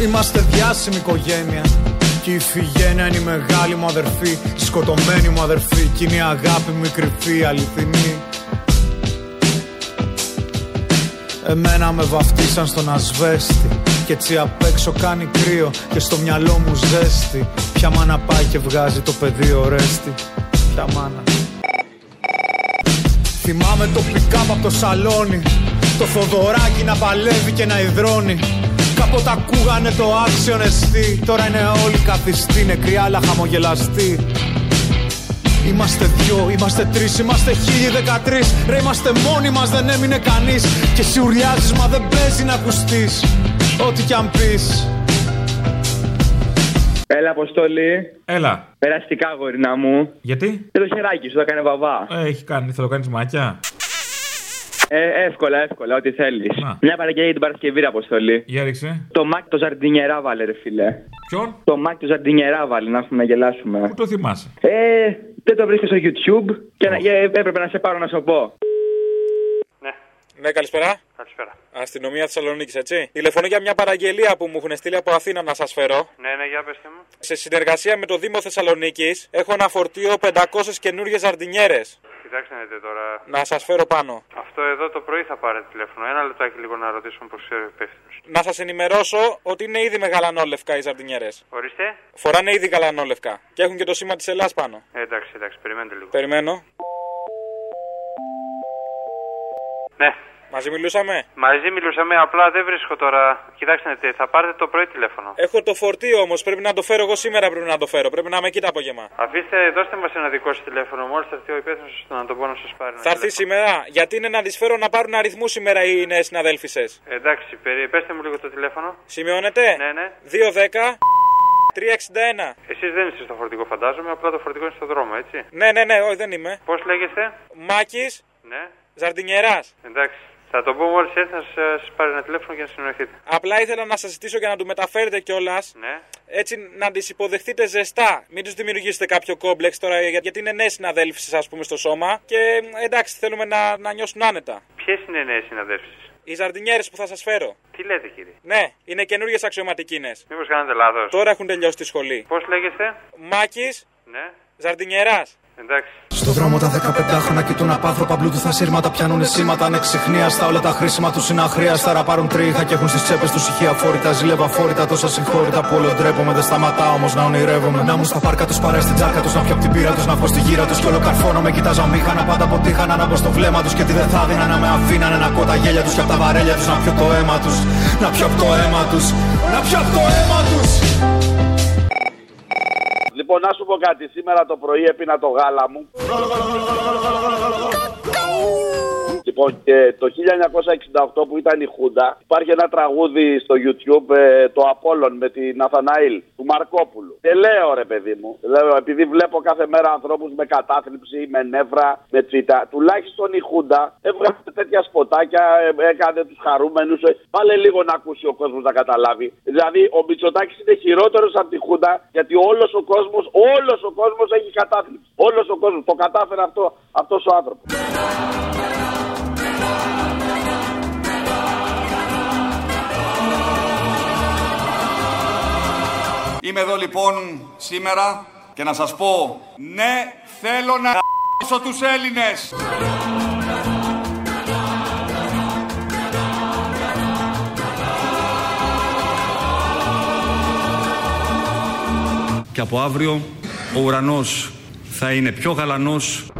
Είμαστε διάσημη οικογένεια και η Ιφηγένεια είναι η μεγάλη μου αδερφή η Σκοτωμένη μου αδερφή Κι είναι η αγάπη μου η κρυφή η αληθινή Εμένα με βαφτίσαν στον ασβέστη Κι έτσι απ' έξω κάνει κρύο Και στο μυαλό μου ζέστη Ποια μάνα πάει και βγάζει το παιδί ορέστη Ποια μάνα Θυμάμαι το πικάπ από το σαλόνι Το Θοδωράκι να παλεύει και να υδρώνει Κάποτε ακούγανε το άξιον εστί Τώρα είναι όλοι καθιστοί, νεκροί αλλά χαμογελαστοί Είμαστε δυο, είμαστε τρεις, είμαστε χίλιοι δεκατρεις Ρε είμαστε μόνοι μας, δεν έμεινε κανείς Και εσύ ουρλιάζεις, μα δεν παίζει να ακουστείς Ό,τι κι αν πεις Έλα, Αποστολή. Έλα. Περαστικά, γορίνα μου. Γιατί? Και το χεράκι σου, θα κάνει βαβά. Ε, Έχει κάνει, θα το κάνεις μάτια. Ε, εύκολα, εύκολα, ό,τι θέλεις. Να. Μια παραγγελία για την Παρασκευή, ρε, Αποστολή. Για ρίξε. Το Μακ το Ζαρντινιερά βάλε, ρε φίλε. Ποιον? Το Μακ το Ζαρντινιερά βάλε, να έχουμε να γελάσουμε. Πού το θυμάσαι. Ε, δεν το βρίσκω στο YouTube και να- ε, έπρεπε να σε πάρω να σου πω. Ναι, Ναι, καλησπέρα. καλησπέρα. Αστυνομία Θεσσαλονίκης, έτσι. Τηλεφωνώ για μια παραγγελία που μου έχουν στείλει από Αθήνα να σας φέρω. Ναι, ναι, για πες τι μου. Σε συνεργασία με το Δήμο Θεσσαλονίκης έχω ένα φορτίο 500 καινούργιες ζαρντινιέρες. Κοιτάξτε να δείτε τώρα. Να σας φέρω πάνω. Αυτό εδώ το πρωί θα πάρετε τηλέφωνο. Ένα λεπτάκι λίγο να ρωτήσουμε πώς ξέρει ο υπεύθυνος. Να σας ενημερώσω ότι είναι ήδη μεγαλανόλευκα οι ζαρντινιέρε. Ορίστε. Φοράνε ήδη γαλανόλευκα και έχουν και το σήμα της Ελλάδα πάνω. Ε, εντάξει, εντάξει, περιμένετε λίγο. Περιμένω. Ναι, Μαζί μιλούσαμε. μαζί μιλούσαμε. Απλά δεν βρίσκω τώρα. Κοιτάξτε να δείτε, θα πάρετε το πρωί τηλέφωνο. Έχω το φορτίο όμως. Πρέπει να το φέρω εγώ σήμερα. Πρέπει να το φέρω. Πρέπει να είμαι εκεί το απόγευμα. Αφήστε, δώστε μας ένα δικό σας τηλέφωνο. Μόλις θα έρθει ο υπεύθυνος να το πω να σας πάρει. ένα Θα έρθει τηλέφωνο. σήμερα. Γιατί είναι να τις φέρω να πάρουν αριθμούς σήμερα οι νέες συναδέλφισε. Ε, Εντάξει, περί... πέστε μου λίγο το τηλέφωνο. Σημειώνετε. Ναι, ναι. 2-10. 361. Εσείς δεν είστε στο φορτικό, φαντάζομαι. Απλά το φορτικό είναι στο δρόμο, έτσι. Ναι, ναι, ναι, όχι, δεν είμαι. Πώς λέγεστε, Μάκης ναι, Ζαρντινιερά. εντάξει. Θα το πω μόλι έρθει να σας πάρει ένα τηλέφωνο και να συνοηθείτε. Απλά ήθελα να σας ζητήσω για να του μεταφέρετε κιόλας. Ναι. Έτσι να τις υποδεχτείτε ζεστά. Μην τους δημιουργήσετε κάποιο κόμπλεξ τώρα, για- γιατί είναι νέες συναδέλφισε, ας πούμε, στο σώμα. Και μ, εντάξει, θέλουμε να, να νιώσουν άνετα. Ποιες είναι οι νέες συναδέλφεις. Οι ζαρντινιέρε που θα σας φέρω. Τι λέτε, κύριε. Ναι, είναι καινούριε αξιωματικίνες. Μήπως κάνετε λάθος. Τώρα έχουν τελειώσει τη σχολή. Πώς λέγεστε, Μάκης ναι, Ζαρντινιερά. εντάξει. Στον δρόμο τα 15χρονα κοιτούν απάνθρωπα πλούτη στα σύρματα. Πιάνουν σήματα ανεξιχνίαστα. Όλα τα χρήσιμα τους είναι αχρίαστα. Ραπάρουν τρίχα και έχουν στις τσέπες τους ηχεία φόρητα. Ζηλεύω αφόρητα, τόσα συγχώρητα που όλο ντρέπομαι. Δεν σταματάω όμως να ονειρεύομαι. Να μου στα πάρκα τους παρέ στην τσάρκα τους. Να πιω απ' την πύρα τους, να βγω στη γύρα τους. Κι όλο καρφώνω με κοιτάζω αμήχανα. Πάντα αποτύχανα να μπω στο βλέμμα τους. Και τι δεν θα δίνα να με αφήνανε να κώ τα γέλια τους. Και απ' τα βαρέλια τους να πιω το αίμα τους. Να πιω απ' το αίμα τους. Να πιω απ' το αίμα τους. Λοιπόν, να σου πω κάτι. Σήμερα το πρωί έπινα το γάλα μου. Λοιπόν, και το 1968 που ήταν η Χούντα, υπάρχει ένα τραγούδι στο YouTube, ε, το Απόλλων με την Αθαναήλ, του Μαρκόπουλου. Και λέω ρε παιδί μου, λέω, επειδή βλέπω κάθε μέρα ανθρώπους με κατάθλιψη, με νεύρα, με τσίτα, τουλάχιστον η Χούντα έβγαλε τέτοια σποτάκια, ε, έκανε τους χαρούμενους. ε. Βάλε λίγο να ακούσει ο κόσμος να καταλάβει. Δηλαδή, ο Μητσοτάκης είναι χειρότερος από τη Χούντα, γιατί όλος ο κόσμος, όλος ο κόσμος έχει κατάθλιψη. Όλος ο κόσμος, το κατάφερε αυτό, αυτός ο άνθρωπος. Είμαι εδώ λοιπόν σήμερα και να σας πω ναι θέλω να ***σω τους Έλληνες. Και από αύριο ο ουρανός θα είναι πιο γαλανός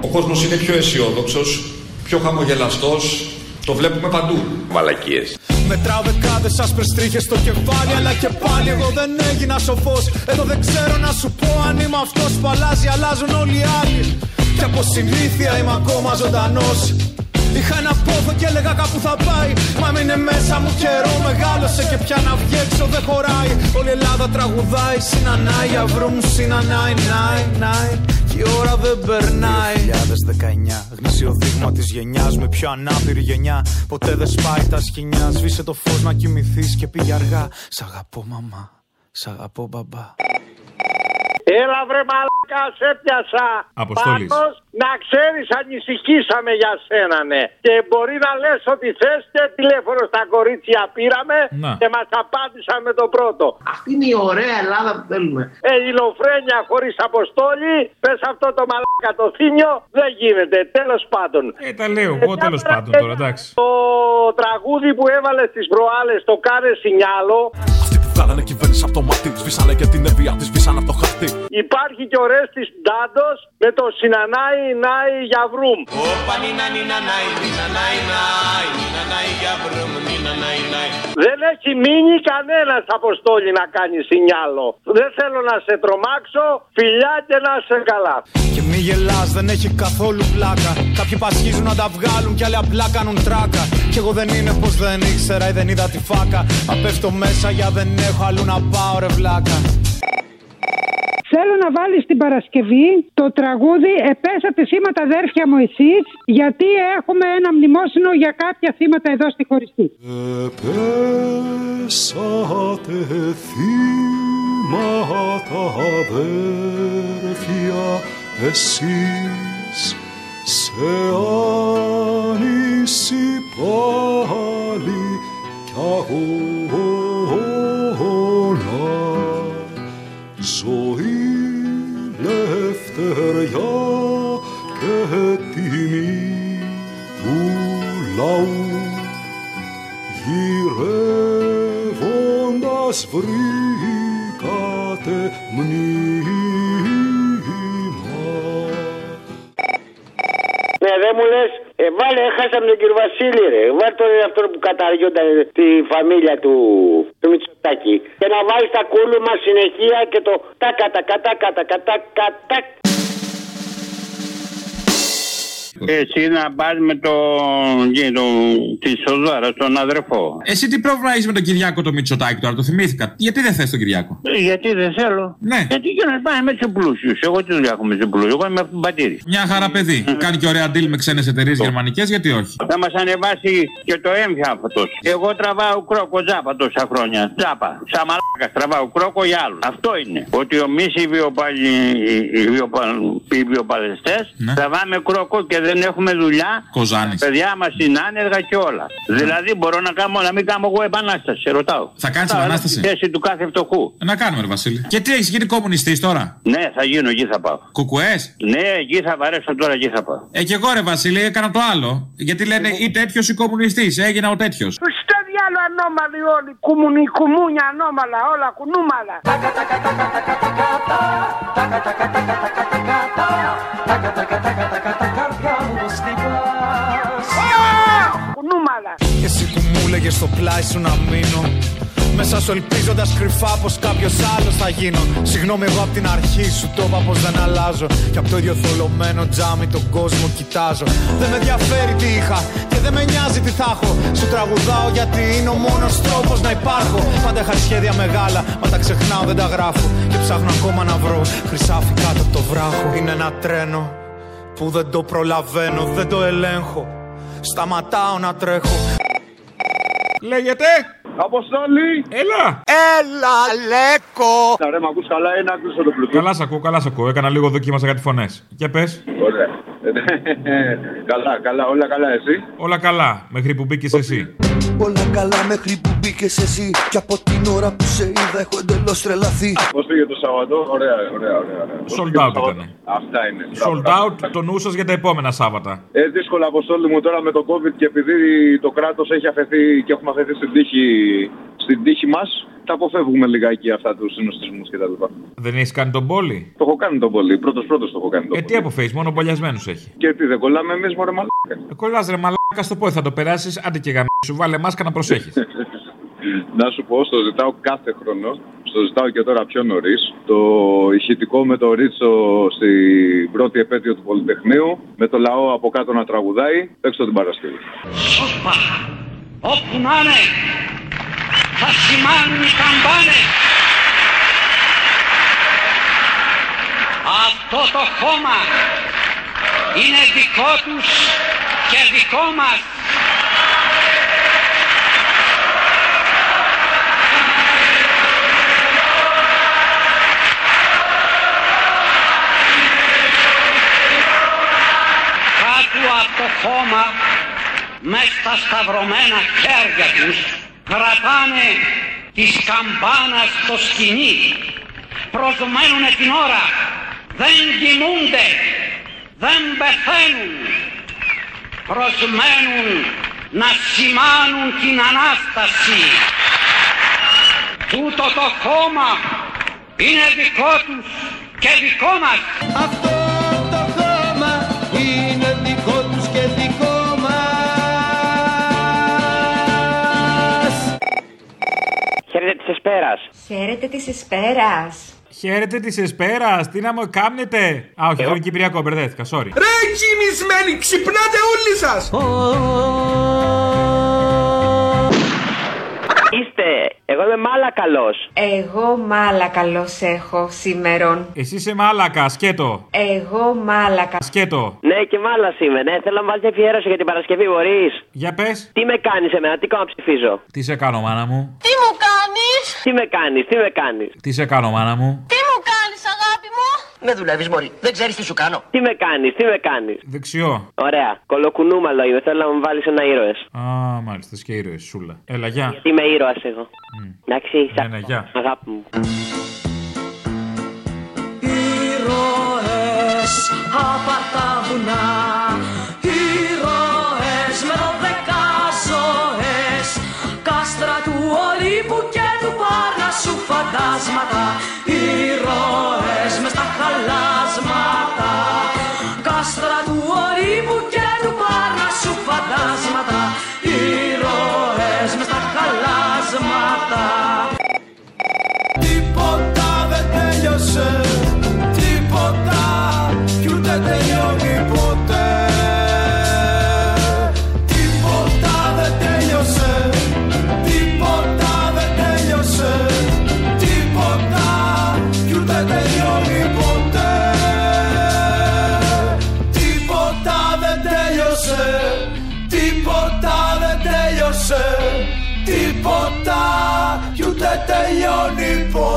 Ο κόσμος είναι πιο αισιόδοξος, πιο χαμογελαστός, το βλέπουμε παντού. Μετράω δεκάδες άσπρες τρίχες στο κεφάλι, αλλά και πάλι εγώ δεν έγινα σοφός. Εδώ δεν ξέρω να σου πω αν είμαι αυτός που αλλάζει, αλλάζουν όλοι οι άλλοι. Και από συνήθεια είμαι ακόμα ζωντανός. Είχα ένα πόθο και έλεγα κάπου θα πάει. Μα μείνε μέσα μου καιρό, μεγάλωσε και πια να βγει έξω δεν χωράει. Όλη η Ελλάδα τραγουδάει, συνανάει, αυρού μου συνανάει, νάει, νάει. Και η ώρα δεν περνάει. 2019, γνήσιο δείγμα της γενιάς με πιο ανάπηρη γενιά. Ποτέ δεν σπάει τα σκοινιά. Σβήσε το φως να κοιμηθείς και πήγε αργά. Σ' αγαπώ, μαμά. Σ' αγαπώ, μπαμπά. Έλα βρε μαλάκα, σε πιάσα. Αποστόλης. Πάντως, να ξέρεις ανησυχήσαμε για σένα, ναι. Και μπορεί να λες ότι θες και τηλέφωνο στα κορίτσια πήραμε Να. και μας απάντησαν με το πρώτο. Αυτή είναι η ωραία Ελλάδα που θέλουμε. Ε, ηλοφρένια χωρίς αποστόλη, πες αυτό το μαλάκα το θύμιο, δεν γίνεται. Τέλος πάντων. Ε, τα λέω εγώ τέλο πάντων τώρα, εντάξει. Το τραγούδι που έβαλε στις προάλλες, το κάνε σινιάλο, Αυτοί που βγάλανε κυβέρνηση από το μάτι, σβήσανε και την ευεία τη, σβήσανε από το χαρτί. υπάρχει και ο Ρέστης Ντάντος με το Συνανάι Νάι Γιαβρούμ. Δεν έχει μείνει κανένας αποστόλη να κάνει σινιάλο. Δεν θέλω να σε τρομάξω. Φιλιά και να σε καλά. Και μη γελάς, δεν έχει καθόλου πλάκα. Κάποιοι πασχίζουν να τα βγάλουν κι άλλοι απλά κάνουν τράκα. Κι εγώ δεν είναι πως δεν ήξερα ή δεν είδα τη φάκα. Απέφτω μέσα για δεν έχω αλλού να πάω, ρε βλάκα. Θέλω να βάλεις την Παρασκευή το τραγούδι «Επέσατε σήματα αδέρφια μου εσείς» γιατί έχουμε ένα μνημόσυνο για κάποια θύματα εδώ στη χωριστή. Επέσατε θύματα αδέρφια εσείς σε άνηση πάλι κι αγώνα ζωή λευτεριά και τιμή του λαού γυρεύοντας βρήκατε μνήμα Ναι, δεν μου λες. Ε, βάλε, έχασαμε τον κύριο Βασίλη, ρε. Βάλε τον αυτό που καταργιόταν ε, τη φαμίλια του, του Μητσοτάκη. Και να βάλεις τα κούλουμα συνεχεία και το τάκα, τάκα, τάκα, τάκα, τάκα, τάκα. Εσύ να πας με τον γύρο τη Σοδάρα, τον αδερφό. Εσύ τι πρόβλημα έχεις με τον Κυριάκο το Μητσοτάκη τώρα, το θυμήθηκα. Γιατί δεν θες τον Κυριάκο. Ε, Γιατί δεν θέλω. Ναι. Γιατί και να πάει με του πλούσιου. Εγώ τι δουλειά έχω με του πλούσιου. Εγώ είμαι από την πατήρης. Μια χαρά παιδί. Ε. Κάνει και ωραία deal με ξένες εταιρείες γερμανικές, γιατί όχι. Θα μας ανεβάσει και το έμφια αυτός. Εγώ τραβάω κρόκο τζάπα τόσα χρόνια. Τζάπα. Σαν μαλάκας τραβάω κρόκο για άλλους. Αυτό είναι. Ότι εμείς οι, βιοπαλι... οι, βιοπα- ε, οι βιοπαλαιστές Ναι. τραβάμε κρόκο και δεν έχουμε δουλειά. Κοζάνης. Παιδιά μας είναι άνεργα και όλα. Δηλαδή μπορώ να κάνω, να μην κάνω εγώ επανάσταση. σε Ρωτάω. Θα κάνεις Ρωτάω, επανάσταση? στη θέση του κάθε φτωχού. Ε, Να κάνουμε, ρε Βασίλη. Και τι έχεις γίνει κομμουνιστής τώρα. Ναι, θα γίνω, εκεί θα πάω. Κουκουές. Ναι, εκεί θα βαρέσω τώρα, εκεί θα πάω. Ε, και εγώ ρε Βασίλη, έκανα το άλλο. Γιατί λένε ή τέτοιος ή κομμουνιστής. Έγινα ο τέτοιος. Στο διάλο ανώμαλοι όλοι, κουμουνι, κουμούνια ανώμαλα, όλα κουνούμαλα. Κουνούμαλα. Και εσύ που μου λέγες στο πλάι σου να μείνω Μέσα σου ελπίζοντας κρυφά πως κάποιος άλλος θα γίνω Συγγνώμη εγώ απ' την αρχή σου το είπα πως δεν αλλάζω Και απ' το ίδιο θολωμένο τζάμι τον κόσμο κοιτάζω Δεν με ενδιαφέρει τι είχα και δεν με νοιάζει τι θα έχω Σου τραγουδάω γιατί είναι ο μόνος τρόπος να υπάρχω Πάντα είχα σχέδια μεγάλα μα τα ξεχνάω δεν τα γράφω Και ψάχνω ακόμα να βρω χρυσάφι κάτω από το βράχο Είναι ένα τρένο που δεν το προλαβαίνω, δεν το ελέγχω Σταματάω να τρέχω Λέγεται. Αποστόλη! Έλα. Να ρε, μ' ακούς καλά, ένα ακούσω το πλουτό. Καλά σ' ακούω, καλά σ' ακούω. Έκανα λίγο δοκίμασα κάτι φωνές. Για πες. Ωραία. καλά, καλά, όλα καλά, εσύ. Όλα καλά, μέχρι που μπήκες εσύ. Όλα καλά μέχρι που μπήκες εσύ. Και από την ώρα που σε είδα, έχω εντελώς τρελαθεί. Πώς πήγε το Σάββατο, ωραία, ωραία, ωραία. ωραία. Πώς Sold πήγε το out Σάββατο? ήτανε. Αυτά είναι. Sold Μπράβο, out μπράβο. το νου σας για τα επόμενα Σάββατα. Ε, δύσκολα, Αποστόλη μου, τώρα με το COVID και επειδή το κράτος έχει αφαιθεί και έχουμε αφαιθεί στην τύχη, στην τύχη μας, τα αποφεύγουμε λιγάκι αυτά τους συνοστισμούς κτλ. Δεν έχεις κάνει τον πόλη. Το έχω κάνει το πολύ, πρώτος πρώτος το έχω κάνει το Ε, τι πολύ. αποφεύγεις, μόνο μπολιασμένου έχει. Και τι, δεν κολλάμε εμείς, μωρέ μαλάκα. Ε, Κολλάς ρε μαλάκα στο πόδι, θα το περάσεις, άντε και γαμί. Σου βάλε μάσκα να προσέχεις. Να σου πω, στο ζητάω κάθε χρόνο, στο ζητάω και τώρα πιο νωρίς, το ηχητικό με το Ρίτσο στην πρώτη επέτειο του Πολυτεχνείου, με το λαό από κάτω να τραγουδάει, παίξτε την Παρασκευή. Σούπα, όπου να είναι, θα σημάνουν οι καμπάνες. Αυτό το χώμα είναι δικό τους και δικό μας. χώμα μες στα σταυρωμένα χέρια τους κρατάνε τις καμπάνας στο σκηνή προσμένουν την ώρα δεν κοιμούνται δεν πεθαίνουν προσμένουν να σημάνουν την Ανάσταση τούτο το χώμα είναι δικό τους και δικό μας Αυτό το χώμα είναι δικό τους και δικό μας. Χαίρετε τη Εσπέρας. Χαίρετε της Εσπέρας. Χαίρετε της Εσπέρας, τι να μου κάνετε. Α, όχι, αυτό είναι Κυπριακό, μπερδέθηκα, sorry. Ρε κοιμισμένοι, ξυπνάτε όλοι σας. Είστε, εγώ είμαι μάλα καλό. Εγώ μάλα καλό έχω σήμερον. Εσύ είσαι μάλακα, σκέτο. Εγώ μάλακα. Σκέτο. Ναι, και μάλα είμαι, ναι. Θέλω να βάλεις αφιέρωση για την Παρασκευή, μπορείς. Για πες. Τι με κάνεις εμένα, τι κάνω να ψηφίζω. Τι σε κάνω, μάνα μου. Τι μου κάνεις, Τι με κάνεις, τι με κάνεις. Τι σε κάνω, μάνα μου. τι μου κάνεις αγάπη μου. Με δουλεύεις, Μωρή. Δεν ξέρεις τι σου κάνω. Τι με κάνεις, τι με κάνεις. Δεξιό. Ωραία. Κολοκουνούμαλο είμαι. Θέλω να μου βάλεις ένα ήρωες. Α, μάλιστα, είσαι και ήρωες, σούλα. Έλα, γεια. Γιατί είμαι ήρωας εγώ. Εντάξει, είσαι. Ναι, ναι, γεια. Αγάπη μου. Ήρωες από τα βουνά Ήρωες με δώδεκα ζωές Κάστρα του Ολύμπου και του Παρνασσού φαντάσματα Ήρωες με στα χαλάσματα Κάστρα του Ολύμπου και του Παρνασσού φαντάσματα Ήρωες με στα χαλάσματα Τίποτα δεν τέλειωσε Τίποτα κι ούτε τελειώνει ποτέ Τίποτα δεν τέλειωσε Τίποτα δεν τέλειωσε Τίποτα κι ούτε τελειώνει ποτέ Τίποτα δεν τέλειωσε Τίποτα δεν τέλειωσε Τίποτα κι ούτε τελειώνει ποτέ